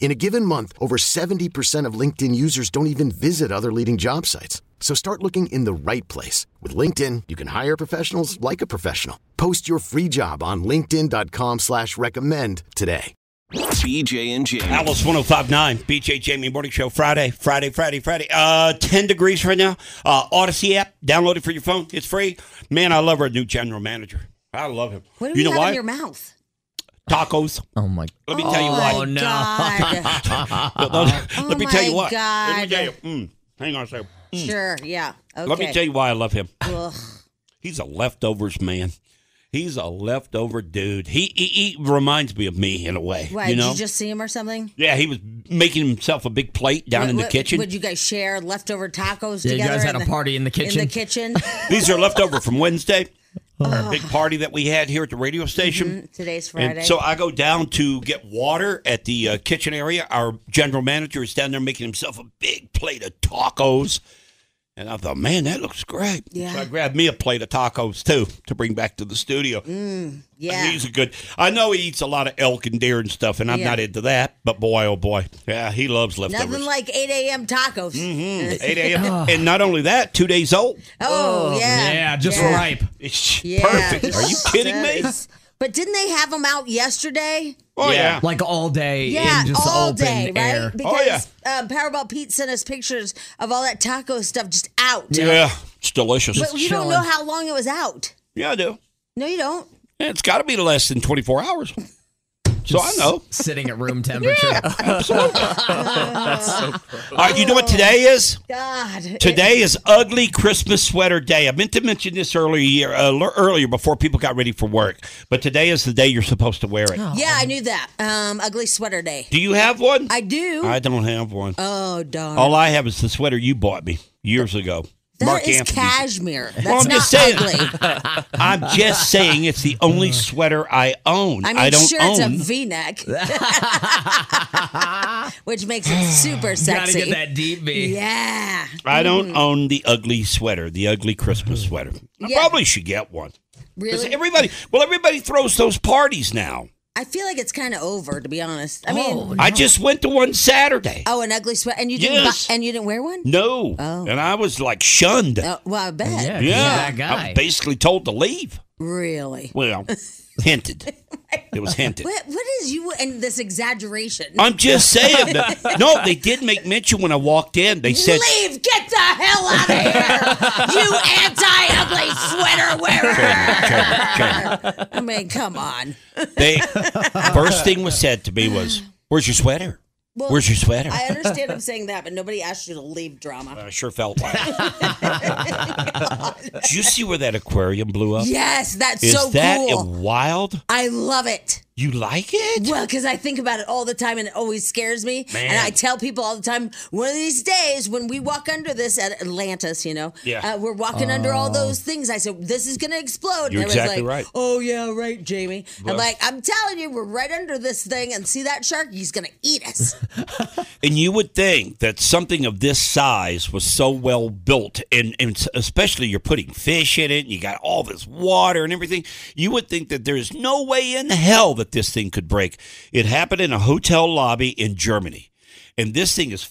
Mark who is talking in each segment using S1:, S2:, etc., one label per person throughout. S1: In a given month, over 70% of LinkedIn users don't even visit other leading job sites. So start looking in the right place. With LinkedIn, you can hire professionals like a professional. Post your free job on linkedin.com slash recommend today.
S2: BJ and Jamie.
S3: Alice 1059, BJ Jamie Morning Show, Friday, Friday, Friday, Friday. Uh, 10 degrees right now. Uh, Odyssey app, download it for your phone. It's free. Man, I love our new general manager. I love him.
S4: What do
S3: you
S4: you
S3: know
S4: have
S3: why?
S4: in your mouth?
S3: Tacos.
S5: Oh my!
S3: Let me tell you
S4: my
S3: why.
S4: God.
S3: Let- let-
S4: Oh
S3: let me tell you
S4: my
S3: why. Let me
S4: God.
S3: tell you. Mm, hang on a second.
S4: sure, yeah. Okay.
S3: Let me tell you why I love him.
S4: Ugh.
S3: He's a leftovers man. He's a leftover dude. He, he, he reminds me of me in a way.
S4: Why,
S3: you know?
S4: did you just see him or something?
S3: yeah, he was making himself a big plate down
S4: What-
S3: in the
S4: what-
S3: kitchen.
S4: Would you guys share leftover tacos
S5: Yeah, you
S4: together?
S5: guys had
S4: in
S5: a party in the
S4: In the
S5: kitchen?
S4: kitchen.
S3: These are left over from Wednesday, our big party that we had here at the radio station.
S4: Today's Mm-hmm. Friday.
S3: And so I go down to get water at the uh, kitchen area. Our general manager is down there making himself a big plate of tacos. And I thought, man, that looks great.
S4: Yeah.
S3: So I grabbed me a plate of tacos too to bring back to the studio.
S4: yeah.
S3: He's a good. I know he eats a lot of elk and deer and stuff, and I'm
S4: Yeah.
S3: not into that. But boy, oh boy, yeah, he loves leftovers. Mm-hmm.
S4: Nothing like 8 a.m. tacos.
S3: 8 a.m. and not only that, two days old.
S4: Oh, yeah.
S5: Yeah, just
S4: Yeah.
S5: ripe.
S3: It's
S4: Yeah,
S3: perfect. Are you
S4: it's-
S3: kidding me?
S4: it's- But didn't they have them out yesterday?
S3: Oh yeah.
S5: Like all day
S4: Yeah,
S5: in just
S4: all
S5: open
S4: day,
S5: air.
S4: right? Because
S3: Oh, yeah.
S4: um, Powerball Pete sent us pictures of all that taco stuff just out.
S3: Yeah, it's delicious.
S4: But you don't know how long it was out.
S3: yeah, I do.
S4: No, you don't.
S3: Yeah, it's got to be less than 24 hours. So I know.
S5: S- Sitting at room temperature.
S3: All right, you know what today is?
S4: God. it-
S3: Today is Ugly Christmas Sweater Day. I meant to mention this earlier, year- uh, le- earlier before people got ready for work, but today is the day you're supposed to wear it.
S4: yeah, I knew that. Um, ugly sweater day.
S3: Do you have one?
S4: I do.
S3: I don't have one.
S4: oh darn.
S3: All I have is the sweater you bought me years ago.
S4: that is
S3: Anthony's.
S4: cashmere. That's
S3: I'm
S4: not
S3: just saying.
S4: ugly.
S3: I'm just saying it's the only sweater I own.
S4: Uh. I mean,
S3: don't
S4: sure,
S3: own.
S4: it's a V-neck, which makes it super
S5: Gotta
S4: sexy.
S5: get that deep V.
S4: Yeah.
S3: I don't
S4: Mm.
S3: own the ugly sweater, the ugly Christmas sweater. I
S4: Yeah.
S3: probably should get one. 'Cause
S4: Really?
S3: Everybody, well, everybody throws those parties now.
S4: I feel like it's kind of over, to be honest. I mean, oh,
S3: I just went to one Saturday.
S4: an ugly sweater, and you didn't,
S3: Yes.
S4: buy, and you didn't wear one.
S3: No,
S4: Oh.
S3: and I was like shunned.
S4: Oh, well, I bet.
S5: Yeah, 'cause you're
S3: yeah,
S5: that guy.
S3: I'm basically told to leave.
S4: Really.
S3: Well, hinted. It was hinted.
S4: What? What is you and this exaggeration?
S3: I'm just saying. that- no, they did make mention when I walked in. They said,
S4: Leave! Get the hell out of here! you anti-ugly sweater wearer! I mean, come on.
S3: they first thing was said to me was, "Where's your sweater?
S4: Well,
S3: Where's your sweater?"
S4: I understand I'm saying that, but nobody asked you to leave drama.
S3: I sure felt like. it. Did you see where that aquarium blew up?
S4: Yes, that's
S3: Is
S4: so
S3: that
S4: cool.
S3: wild?
S4: I love it.
S3: You like it?
S4: Well, because I think about it all the time and it always scares me. And I tell people all the time, one of these days when we walk under this at Atlantis, you know,
S3: Yeah.
S4: uh, we're walking under all those things. I said, this is going to explode.
S3: You're
S4: and everyone's
S3: exactly
S4: like,
S3: right.
S4: Oh, yeah, right, Jamie. I'm like, I'm telling you, we're right under this thing. And see that shark? He's going to eat us.
S3: And you would think that something of this size was so well built, and, and especially you're putting fish in it, and you got all this water and everything. You would think that there's no way in hell that this thing could break. It happened in a hotel lobby in Germany, and this thing is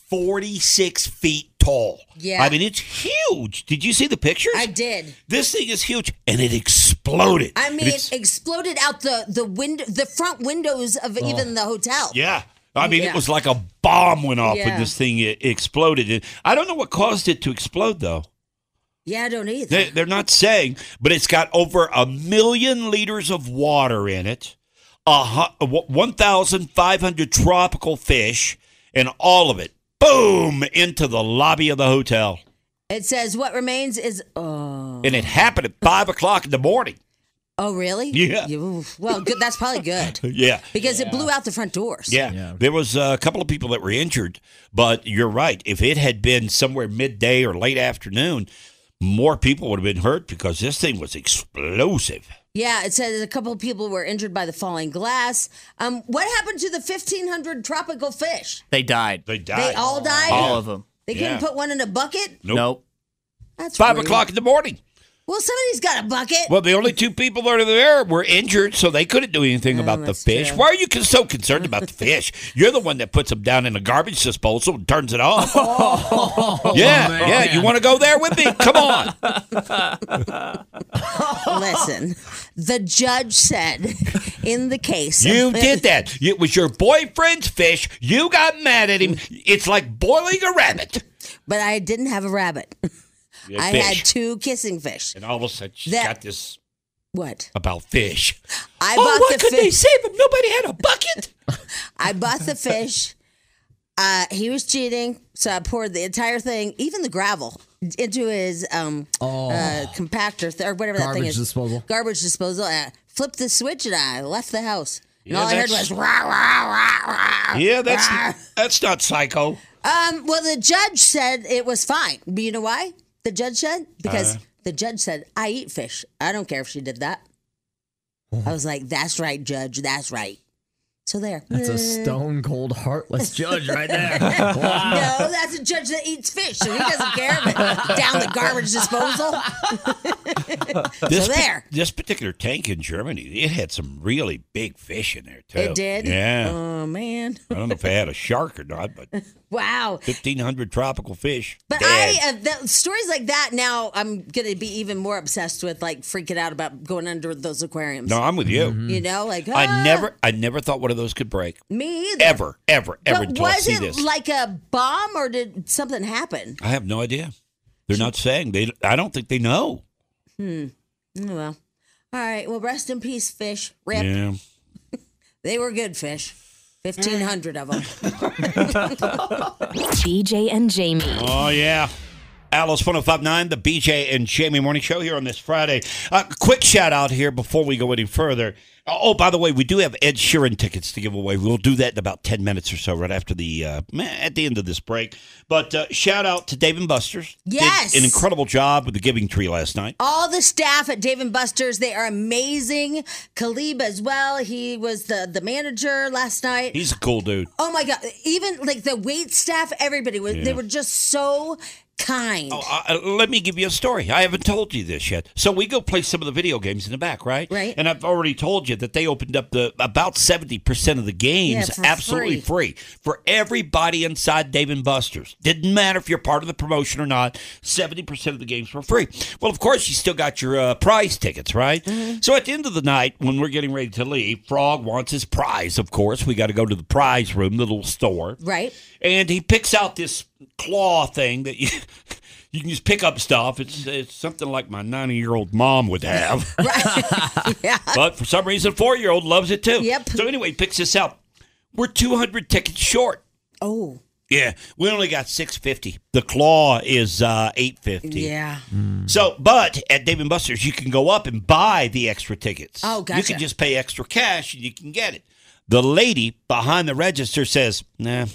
S3: 46 feet tall.
S4: Yeah.
S3: I mean, it's huge. Did you see the pictures?
S4: I did.
S3: This thing is huge, and it exploded.
S4: I
S3: And
S4: mean,
S3: it's-
S4: it exploded out the the window, the front windows of even the hotel.
S3: Oh. Yeah. I mean,
S4: Yeah.
S3: it was like a bomb went off
S4: Yeah.
S3: when this thing e- exploded. And I don't know what caused it to explode, though.
S4: Yeah, I don't either.
S3: They, they're not saying, but it's got over a million liters of water in it, a hu- one thousand five hundred tropical fish, and all of it, boom, into the lobby of the hotel.
S4: It says what remains is oh
S3: And it happened at five o'clock in the morning.
S4: oh really?
S3: Yeah.
S4: You- well, good. That's probably good
S3: Yeah.
S4: because it blew out the front doors.
S3: Yeah.
S5: Yeah.
S3: there was a couple of people that were injured, but you're right. If it had been somewhere midday or late afternoon, more people would have been hurt because this thing was explosive.
S4: Yeah, it says a couple of people were injured by the falling glass. Um, what happened to the fifteen hundred tropical fish?
S6: They died.
S3: They died.
S4: They all died.
S6: All of them.
S4: They couldn't
S3: Yeah.
S4: put one in a bucket.
S3: Nope.
S6: Nope.
S4: That's
S3: Five
S4: rude.
S3: o'clock in the morning.
S4: Well, somebody's got a bucket.
S3: Well, the only two people that are there were injured, so they couldn't do anything about the
S4: that's
S3: fish.
S4: true.
S3: Why are you con- so concerned about the fish? You're the one that puts them down in a garbage disposal and turns it off. yeah,
S5: man.
S3: yeah. You want to go there with me? Come on.
S4: Listen, the judge said in the case
S3: You did that. It was your boyfriend's fish. You got mad at him. It's like boiling a rabbit.
S4: but I didn't have a rabbit.
S3: Yeah,
S4: I had two kissing fish.
S3: and all of a sudden, she's
S4: That-
S3: got this
S4: What?
S3: about fish.
S4: I
S3: oh, why
S4: bought the
S3: could they
S4: fish.
S3: save him? Nobody had a bucket.
S4: I bought the fish. Uh, he was cheating, so I poured the entire thing, even the gravel, into his um, uh, compactor th- or whatever that thing
S5: Oh. Garbage
S4: is.
S5: disposal.
S4: Garbage disposal. And I flipped the switch and I left the house. And
S3: Yeah,
S4: all I heard
S3: that's-
S4: was rah, rah, rah, rah.
S3: yeah, that's that's not psycho.
S4: Um, well, the judge said it was fine. But you know why? The judge said because
S3: Uh-huh.
S4: the judge said I eat fish. I don't care if she did that.
S5: Mm-hmm.
S4: I was like, that's right, judge. That's right. So there.
S5: That's a stone cold heartless judge right there. Wow.
S4: No, that's a judge that eats fish, so he doesn't care if it's down the garbage disposal.
S3: This
S4: So there.
S3: this particular tank in Germany, it had some really big fish in there too.
S4: It did.
S3: Yeah.
S4: Oh man.
S3: I don't know if it had a shark or not, but
S4: Wow.
S3: fifteen hundred tropical fish.
S4: But
S3: dead.
S4: I uh, the, stories like that now I'm gonna be even more obsessed with like freaking out about going under those aquariums.
S3: no, I'm with you.
S4: You know, like ah,
S3: I never, I never thought one of those could break.
S4: me either.
S3: Ever, ever, ever
S4: But
S3: until I
S4: was
S3: see
S4: it
S3: this.
S4: like a bomb or did something happen?
S3: I have no idea. They're not saying they. I don't think they know.
S4: Mm, Well, all right. Well, rest in peace, fish. Rip.
S3: Yeah.
S4: They were good fish. 1,500 of them.
S7: BJ and Jamie.
S3: Oh yeah. Alice 1059, the BJ and Jamie Morning Show here on this Friday. Uh, quick shout out here before we go any further. Oh, by the way, we do have Ed Sheeran tickets to give away. We'll do that in about 10 minutes or so, right after the, uh, at the end of this break. But uh, shout out to Dave and Buster's. Did
S4: Yes.
S3: an incredible job with the Giving Tree last night.
S4: All the staff at Dave and Buster's, they are amazing. Khalib as well. He was the, the manager last night.
S3: He's a cool dude.
S4: oh my God. Even like the wait staff, everybody was, they were just so kind.
S3: Oh, uh, uh, let me give you a story. I haven't told you this yet. So we go play some of the video games in the back, right?
S4: Right.
S3: And I've already told you that they opened up the about seventy percent of the games
S4: Yeah, for
S3: absolutely free. for everybody inside Dave and Buster's. Didn't matter if you're part of the promotion or not. Seventy percent of the games were free. Well, of course, you still got your uh, prize tickets, right?
S4: Mm-hmm.
S3: So at the end of the night, when we're getting ready to leave, Frog wants his prize. Of course, we got to go to the prize room, the little store
S4: right?
S3: and he picks out this claw thing that you you can just pick up stuff. It's it's something like my ninety year old mom would have,
S4: yeah.
S3: but for some reason, four year old loves it too.
S4: Yep.
S3: So anyway, he picks this out. We're two hundred tickets short.
S4: Oh,
S3: Yeah, we only got six fifty. The claw is uh, eight fifty.
S4: yeah.
S3: Mm. So, but at Dave and Buster's, you can go up and buy the extra tickets.
S4: Oh,
S3: You
S4: gotcha.
S3: can just pay extra cash and you can get it. The lady behind the register says, "Nah,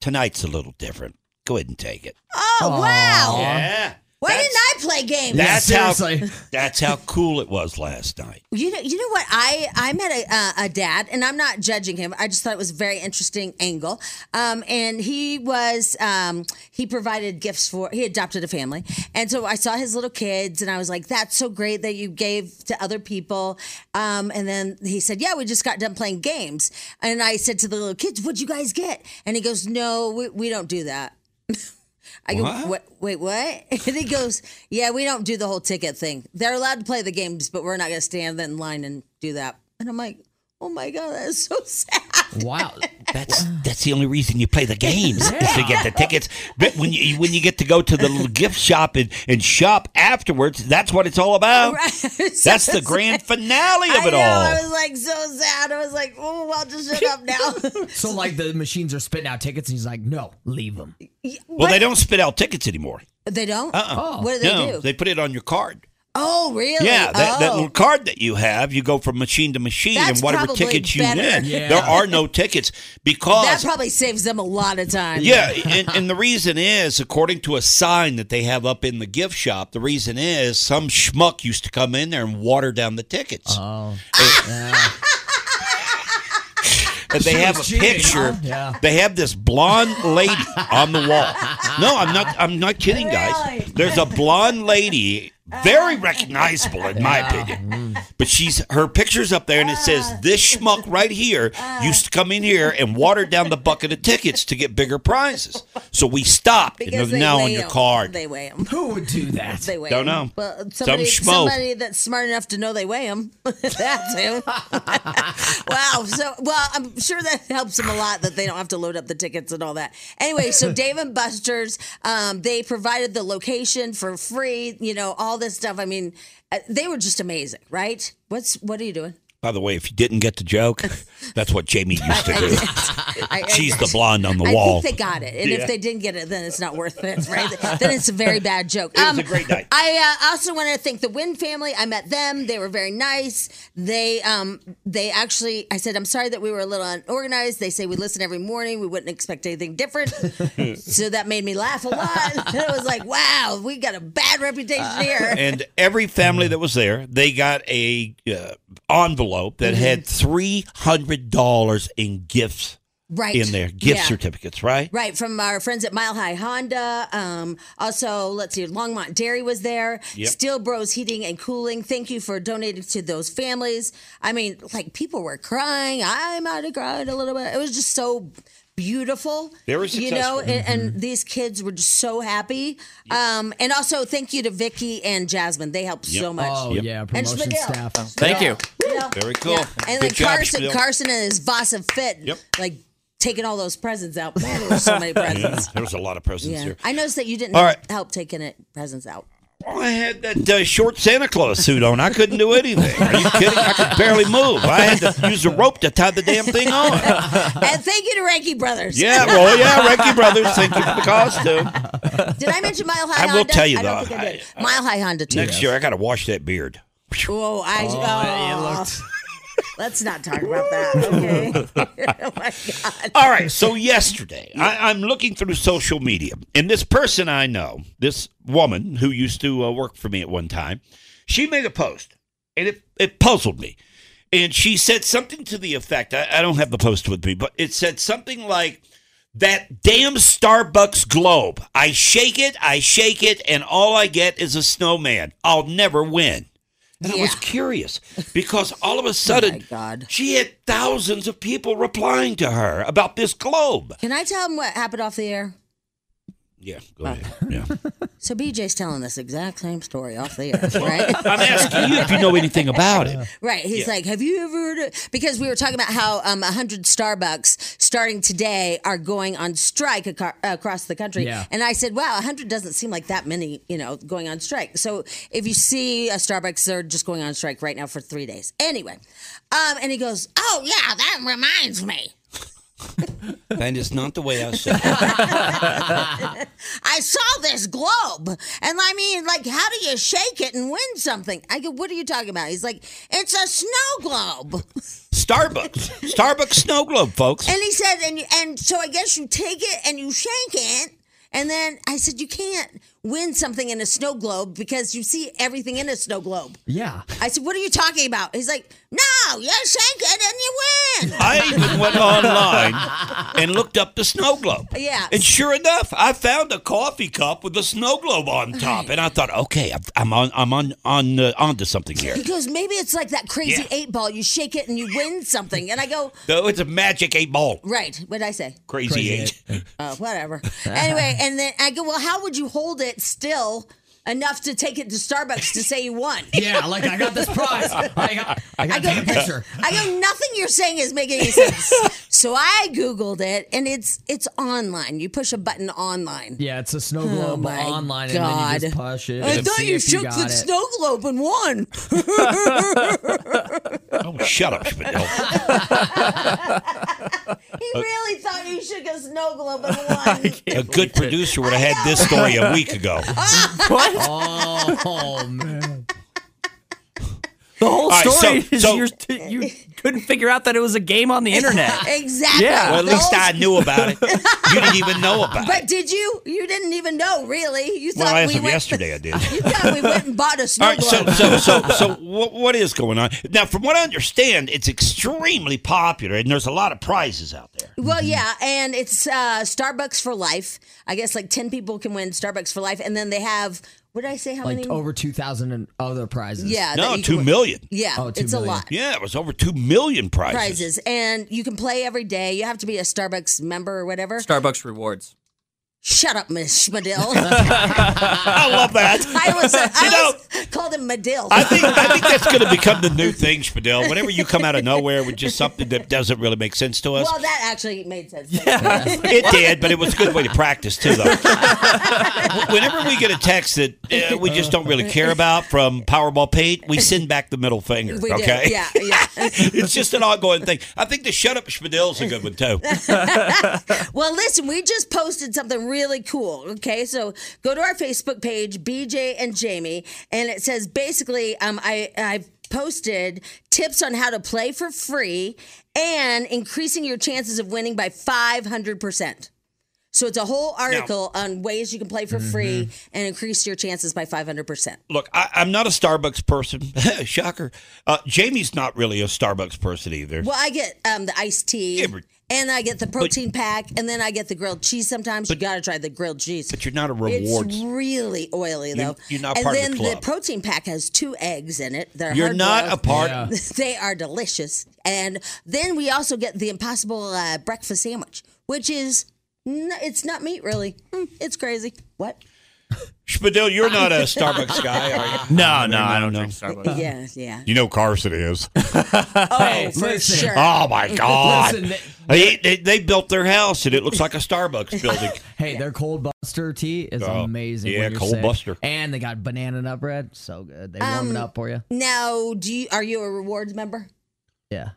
S3: tonight's a little different. Go ahead and take it."
S4: Oh, wow.
S3: Yeah.
S4: Why didn't I play games?
S3: That's
S5: Yeah,
S3: how.
S5: seriously.
S3: That's how cool it was last night.
S4: You know, you know what? I I met a, uh, a dad, and I'm not judging him. I just thought it was a very interesting angle. Um, and he was um, he provided gifts for he adopted a family, and so I saw his little kids, and I was like, "That's so great that you gave to other people." Um, and then he said, "Yeah, we just got done playing games," and I said to the little kids, "What'd you guys get?" And he goes, "No, we, we don't do that." I go,
S3: What?
S4: what? wait, what? And he goes, yeah, we don't do the whole ticket thing. They're allowed to play the games, but we're not going to stand in line and do that. And I'm like, oh my God, that's so sad.
S5: Wow.
S3: That's that's the only reason you play the games is to get the tickets. But when you when you get to go to the little gift shop and, and shop afterwards, that's what it's all about. That's the grand finale of
S4: I
S3: it
S4: know. I
S3: all.
S4: was like so sad. I was like, oh, I'll just shut up now.
S5: So like the machines are spitting out tickets, and he's like, "No, leave them."
S3: Well, they don't spit out tickets anymore.
S4: they don't. Uh-uh. What do they
S3: no,
S4: do?
S3: they put it on your card.
S4: oh, really?
S3: Yeah, that, that
S4: Oh.
S3: little card that you have, you go from machine to machine,
S4: That's
S3: and whatever
S4: probably
S3: tickets you
S4: better.
S3: win,
S5: Yeah.
S3: there are no tickets
S4: that
S3: because.
S4: probably saves them a lot of time.
S3: yeah, and, and the reason is, according to a sign that they have up in the gift shop, the reason is some schmuck used to come in there and water down the tickets.
S5: Oh,
S3: And they
S5: She
S3: have a
S5: was cheating,
S3: picture.
S5: huh? Yeah.
S3: They have this blonde lady on the wall. No, I'm not. I'm not kidding,
S4: Really?
S3: guys. There's a blonde lady, very recognizable in my opinion. But she's her picture's up there, and it
S4: Ah.
S3: says this schmuck right here used to come in here and water down the bucket of tickets to get bigger prizes. So we stopped,
S4: Because
S3: and they're
S4: they
S3: now
S4: weigh
S3: on your
S4: 'em.
S3: card.
S4: They weigh them.
S5: who would do that?
S4: They weigh
S3: Don't
S4: 'em.
S3: know.
S4: Well,
S3: Some
S4: somebody,
S3: schmo.
S4: somebody that's smart enough to know they weigh them. that's him. wow. So, well, I'm sure that helps them a lot that they don't have to load up the tickets and all that. Anyway, so Dave and Buster's, um, they provided the location for free. You know, all this stuff. I mean, uh, they were just amazing, right? What's what are you doing?
S3: By the way, if you didn't get the joke, that's what Jamie used to do.
S4: I, I-
S3: She's the blonde on the
S4: I
S3: wall.
S4: think they got it, and if they didn't get it, then it's not worth it, right? then it's a very bad joke. It
S3: was a great night.
S4: I uh, also want to thank the Wynn family. I met them; they were very nice. They um they actually, I said, I'm sorry that we were a little unorganized. They say we listen every morning. We wouldn't expect anything different, so that made me laugh a lot. And I was like, wow, we got a bad reputation here.
S3: and every family that was there, they got a uh, envelope that had
S4: Mm-hmm.
S3: three hundred dollars in gifts
S4: right
S3: in there, gift
S4: Yeah.
S3: certificates, right?
S4: Right, from our friends at Mile High Honda. Um, also, let's see, Longmont Dairy was there. Steel Bros Heating and Cooling. Thank you for donating to those families. I mean, like people were crying. I might have cried a little bit. It was just so beautiful.
S3: They were
S4: you
S3: successful.
S4: know,
S3: Mm-hmm.
S4: and, and these kids were just so happy. Um, and also, thank you to Vicky and Jasmine. They helped so much.
S5: Oh yeah, promotion
S4: Spadil.
S5: staff.
S6: Thank you.
S4: You know?
S3: Very cool.
S4: And
S3: Good
S4: like
S3: job,
S4: Carson,
S3: Spadil.
S4: Carson and his Vasa Fit,
S3: Yep.
S4: like taking all those presents out. Man, there were so many presents.
S3: There was a lot of presents
S4: Yeah.
S3: there.
S4: I noticed that you didn't
S3: All right.
S4: help taking it presents out.
S3: I had that uh, short Santa Claus suit on. I couldn't do anything. Are you kidding? I could barely move. I had to use a rope to tie the damn thing on.
S4: and thank you to Ranky Brothers.
S3: Yeah, well, yeah, Reiki Brothers. Thank you for the costume.
S4: Did I mention Mile High
S3: I
S4: Honda?
S3: will tell you,
S4: I don't
S3: though,
S4: think I did. Mile High Honda too.
S3: Next year, I got to wash that beard.
S4: Whoa, I oh, let's not talk about that. Okay. oh my god.
S3: All right. So yesterday, I, I'm looking through social media, and this person I know, this woman who used to uh, work for me at one time, she made a post, and it it puzzled me. And she said something to the effect, I, I don't have the post with me, but it said something like, that damn Starbucks globe. I shake it, I shake it, and all I get is a snowman. I'll never win. And I was
S4: Yeah. Oh,
S3: curious because all of a sudden,
S4: God.
S3: she had thousands of people replying to her about this globe.
S4: Can I tell him what happened off the air?
S3: Yeah, go ahead. Yeah.
S4: So BJ's telling this exact same story off the air, right?
S3: I'm asking you if you know anything about it.
S4: Right. He's like, Have you ever heard of because we were talking about how um, 100 Starbucks starting today are going on strike acar- across the country.
S5: Yeah.
S4: And I said, Wow, 100 doesn't seem like that many, you know, going on strike. So if you see a Starbucks, they're just going on strike right now for three days. Anyway. Um, and he goes, Oh, yeah, that reminds me.
S3: That is not the way I said it.
S4: I saw this globe. And I mean, like, how do you shake it and win something? I go, What are you talking about? He's like, It's a snow globe.
S3: Starbucks. Starbucks snow globe, folks.
S4: And he said, and and so I guess you take it and you shake it. And then I said, you can't win something in a snow globe because you see everything in a snow globe.
S5: Yeah.
S4: I said, what are you talking about? He's like, no, you shake it and you win.
S3: I even went online and looked up the snow globe.
S4: Yeah.
S3: And sure enough, I found a coffee cup with a snow globe on top, and I thought, okay, I'm- I'm on, I'm on, on, uh, onto something here.
S4: He goes, maybe it's like that crazy
S3: Yeah.
S4: eight ball. You shake it and you win something. And I go,
S3: Though it's a magic eight ball,
S4: right. What did I say?
S3: crazy, eight.
S4: Uh, whatever. anyway, and then I go, well, how would you hold it still enough to take it to Starbucks to say you won?
S5: Yeah, like I got this prize. I got, I got the picture.
S4: I go, nothing you're saying is making any sense. So I googled it, and it's it's online. You push a button online.
S5: Yeah, it's a snow globe
S4: Oh my
S5: online, and then you just
S4: God.
S5: push it.
S4: I
S5: and
S4: thought
S5: see
S4: you
S5: if
S4: shook
S5: got
S4: the
S5: it.
S4: snow globe and won.
S3: Oh, shut up, Spadil.
S4: He really thought you shook a snow globe and won.
S3: A good producer would have had this story a week ago.
S5: Oh man!
S6: The whole
S3: right,
S6: story
S3: so-
S6: is
S3: so-
S6: you're, you couldn't figure out that it was a game on the internet.
S4: Exactly.
S6: Yeah.
S3: Well, at
S4: The
S3: least
S4: whole-
S3: I knew about it. You didn't even know about it.
S4: But did you? You didn't even know, really. You thought
S3: Well, I asked
S4: we
S3: him
S4: went,
S3: yesterday. I did.
S4: You thought we went and bought a snow
S3: All right, so
S4: globe.
S3: so so so what, what is going on now? From what I understand, it's extremely popular, and there's a lot of prizes out there.
S4: Well, yeah, and it's uh, Starbucks for life. I guess like ten people can win Starbucks for life, and then they have what did I say? How
S5: Like
S4: many?
S5: over two thousand and other prizes.
S4: yeah,
S3: No,
S4: that you
S3: two
S4: can-
S3: million.
S4: Yeah,
S5: Oh, two
S4: it's
S5: million.
S4: a lot.
S3: Yeah, it was over two million prizes.
S4: Prizes, and you can play every day. You have to be a Starbucks member or whatever.
S6: Starbucks rewards.
S4: Shut up, Miss Medill.
S3: I love that.
S4: I was, I
S3: You know-
S4: always called him Medill.
S3: I think I think that's going to become the new thing, Spadil. Whenever you come out of nowhere with just something that doesn't really make sense to us,
S4: well, that actually made sense.
S3: It did, but it was a good way to practice too, though. Whenever we get a text that uh, we just don't really care about from Powerball Pete, we send back the middle finger.
S4: We did.
S3: okay,
S4: Yeah, yeah.
S3: it's just an ongoing thing. I think the shut up Spadil's a good one too.
S4: Well, listen, we just posted something really cool. Okay, so go to our Facebook page, BJ and Jamie, and it says basically, um, I I posted tips on how to play for free and increasing your chances of winning by five hundred percent. So it's a whole article on ways you can play for free
S3: Mm-hmm.
S4: and increase your chances by five hundred percent.
S3: Look, I, I'm not a Starbucks person. Shocker. Uh, Jamie's not really a Starbucks person either.
S4: Well, I get um, the iced tea.
S3: Yeah, but-
S4: and I get the protein pack, and then I get the grilled cheese. Sometimes you gotta try the grilled cheese.
S3: But you're not a rewards.
S4: It's really oily though.
S3: you're not
S4: and
S3: part of the
S4: then
S3: club.
S4: protein pack has two eggs in it. They're
S3: You're not a
S4: hard-boiled.
S3: part.
S5: Yeah.
S4: they are delicious. And then we also get the impossible uh, breakfast sandwich, which is n- it's not meat really. Mm, it's crazy. What?
S3: Spadil, you're not a Starbucks guy, are you?
S6: No, no, I
S3: don't drink
S6: Starbucks.
S4: yeah, yeah.
S3: You know Carson is.
S4: Oh, for
S5: listen.
S4: sure.
S3: Oh my God!
S5: Listen, they-
S3: they, they, they built their house and it looks like a Starbucks building.
S5: Hey, their cold buster tea is
S3: Oh,
S5: amazing.
S3: yeah,
S5: when you're
S3: cold
S5: sick.
S3: buster.
S5: And they got banana nut bread, so good. They warm it up for you.
S4: Now, do you are you a rewards member?
S5: Yeah.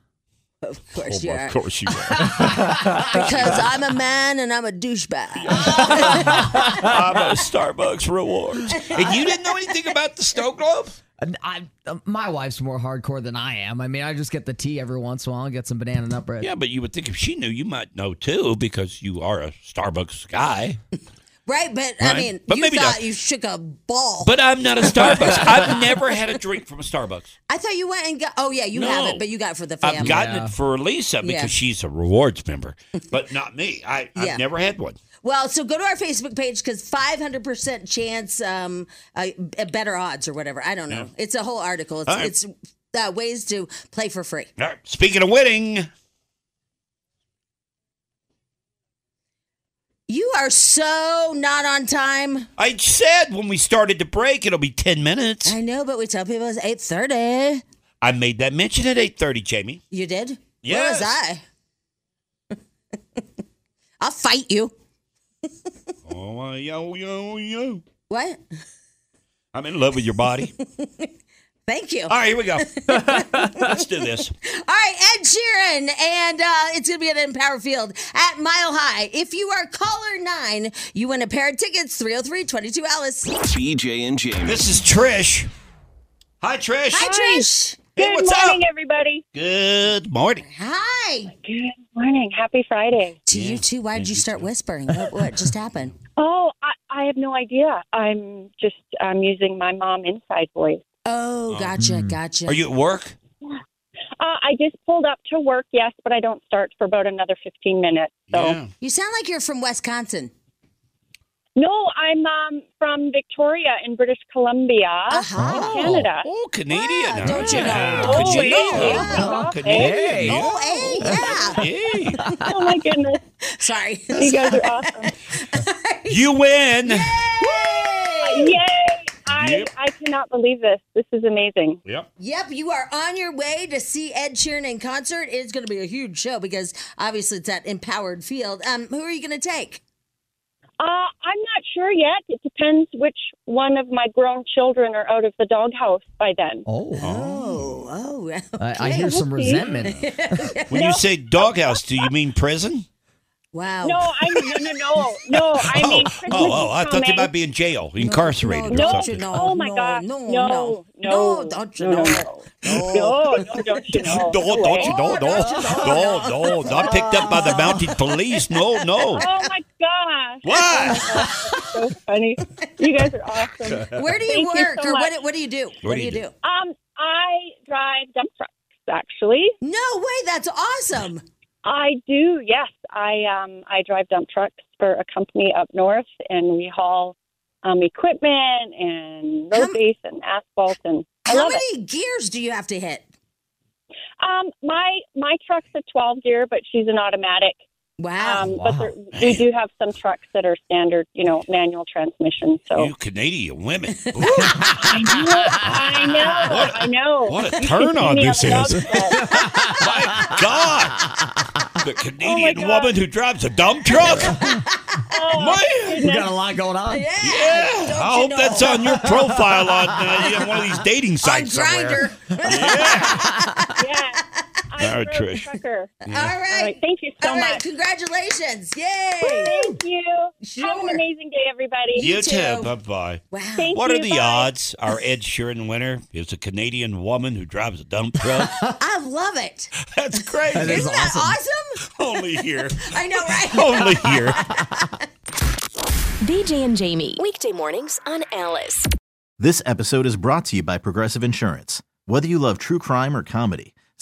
S4: Of course you
S3: Well,
S4: are.
S3: Oh, of course you are.
S4: Because I'm a man and I'm a douchebag.
S3: I'm a Starbucks rewards. And you didn't know anything about the snow globe?
S5: And I, uh, my wife's more hardcore than I am. I mean, I just get the tea every once in a while and get some banana nut bread.
S3: Yeah, but you would think if she knew, you might know too because you are a Starbucks guy.
S4: Right, but
S3: Right.
S4: I mean,
S3: But
S4: you
S3: maybe
S4: thought
S3: not.
S4: you shook a ball.
S3: But I'm not a Starbucks. I've never had a drink from a Starbucks.
S4: I thought you went and got. Oh yeah, you
S3: No.
S4: have it, but you got it for the family.
S3: I've gotten
S5: Yeah.
S3: it for Lisa because
S4: Yeah.
S3: she's a rewards member, but not me. I,
S4: Yeah.
S3: I've never had one.
S4: Well, so go to our Facebook page because 500% chance, um, uh, b- better odds or whatever. I don't know. It's a whole article. It's,
S3: All right.
S4: it's uh, ways to play for free.
S3: All right, Speaking of winning,
S4: You are so not on time.
S3: I said when we started to break, it'll be 10 minutes.
S4: I know, but we tell people it's 8.30.
S3: I made that mention at 8.30, Jamie.
S4: You did? Where
S3: Yes.
S4: was I? I'll fight you.
S3: Oh, uh, yo, yo, yo.
S4: What?
S3: I'm in love with your body.
S4: Thank you.
S3: All right, here we go. Let's do this.
S4: All right, Ed Sheeran, and uh, it's going to be at Empower Field at Mile High. If you are caller nine, you win a pair of tickets, 303 22 Alice. Hi,
S2: BJ and Jamie.
S3: This is Trish. Hi, Trish.
S4: Trish.
S3: Hey,
S7: Good
S3: what's
S7: morning,
S3: up?
S7: everybody.
S3: Good morning.
S4: Hi.
S7: Good morning. Happy Friday.
S4: To you too. Why did you start whispering? What, what just happened?
S7: Oh, I, I have no idea. I'm just I'm using my mom inside voice.
S4: Oh, gotcha, gotcha.
S3: Are you at work?
S7: Uh, I just pulled up to work, yes, but I don't start for about another 15 minutes. So
S4: You sound like you're from Wisconsin.
S7: no, I'm um, from Victoria in British Columbia,
S4: Uh-huh.
S7: Canada.
S3: Oh, Canadian.
S4: Yeah, don't you
S3: Yeah.
S4: know?
S3: Could you
S7: Holy
S3: know?
S7: cow.
S3: Canadian.
S4: Oh, hey, yeah.
S3: Hey.
S7: Oh my goodness,
S4: Sorry.
S7: you guys are awesome!
S3: You win.
S7: Yay! I I, I cannot believe this. This is amazing.
S3: Yep.
S4: Yep, you are on your way to see Ed Sheeran in concert. It's going to be a huge show because obviously it's that empowered field. Um, who are you going to take?
S7: Uh, I'm not sure yet. It depends which one of my grown children are out of the doghouse by then.
S5: Oh,
S4: Oh, oh,
S5: I, I hear some
S7: Okay.
S5: resentment.
S3: When you say doghouse, do you mean prison?
S4: wow.
S7: No, I no no no no. I mean,
S3: oh,
S7: Christmas
S3: oh, oh,
S7: is
S3: I thought you
S7: coming.
S3: might be in jail, incarcerated
S4: no,
S3: or
S7: No,
S3: something.
S4: no,
S7: oh my
S4: no,
S7: God,
S4: no,
S7: no,
S4: no.
S7: no,
S4: No, don't you know.
S7: no, no, no, no, don't you know?
S3: No, don't you know? No, no, no, not picked up by the mounted police. No, no.
S7: Oh my gosh,
S3: Why?
S7: so funny! You guys are awesome.
S4: Where do you
S7: Thank you
S4: work,
S7: so
S4: or
S7: much.
S4: what? What do you do? What, do you do?
S7: Um, I drive dump trucks. Actually,
S4: No way, that's awesome.
S7: I do. Yes, I um I drive dump trucks for a company up north, and we haul um equipment and road
S4: How-
S7: base and asphalt, and I
S4: How
S7: love it.
S4: many gears do you have to hit?
S7: Um, my my truck's a 12 gear, but she's an automatic.
S4: Ah, Wow.
S7: Um, But there, we do have some trucks that are standard, you know, manual transmission. So
S3: You Canadian women.
S7: I know, I know.
S3: What a turn on
S7: Yeah,
S3: this
S7: dog
S3: is.
S7: says.
S3: My God. The Canadian
S7: God.
S3: woman who drives a dump truck?
S7: "Oh,
S3: Man.
S5: We got a lot going on.
S4: yeah.
S3: Yeah.
S4: don't
S3: I
S4: you
S3: hope
S4: know?
S3: that's on your profile on uh, yeah, one of these dating
S4: on
S3: sites somewhere.
S4: Grinder.
S7: yeah. I'm
S3: All right,
S7: a road
S3: Trish.
S7: trucker.
S4: All
S7: All right,
S4: right.
S7: thank you so
S4: All right,
S7: much.
S4: congratulations. Yay.
S7: Thank you. Have
S4: Sure.
S7: an amazing day, everybody.
S3: You too.
S4: too.
S3: Bye bye.
S4: Wow.
S7: Thank
S3: What are
S7: you,
S3: the
S7: bye.
S3: odds our Ed Sheeran winner is a Canadian woman who drives a dump truck?
S4: I love it.
S3: That's crazy.
S5: That is
S4: Isn't
S5: awesome.
S4: that awesome?
S3: Only here.
S4: I know, right?
S3: Only here.
S8: BJ and Jamie. Weekday mornings on Alice.
S9: This episode is brought to you by Progressive Insurance. Whether you love true crime or comedy,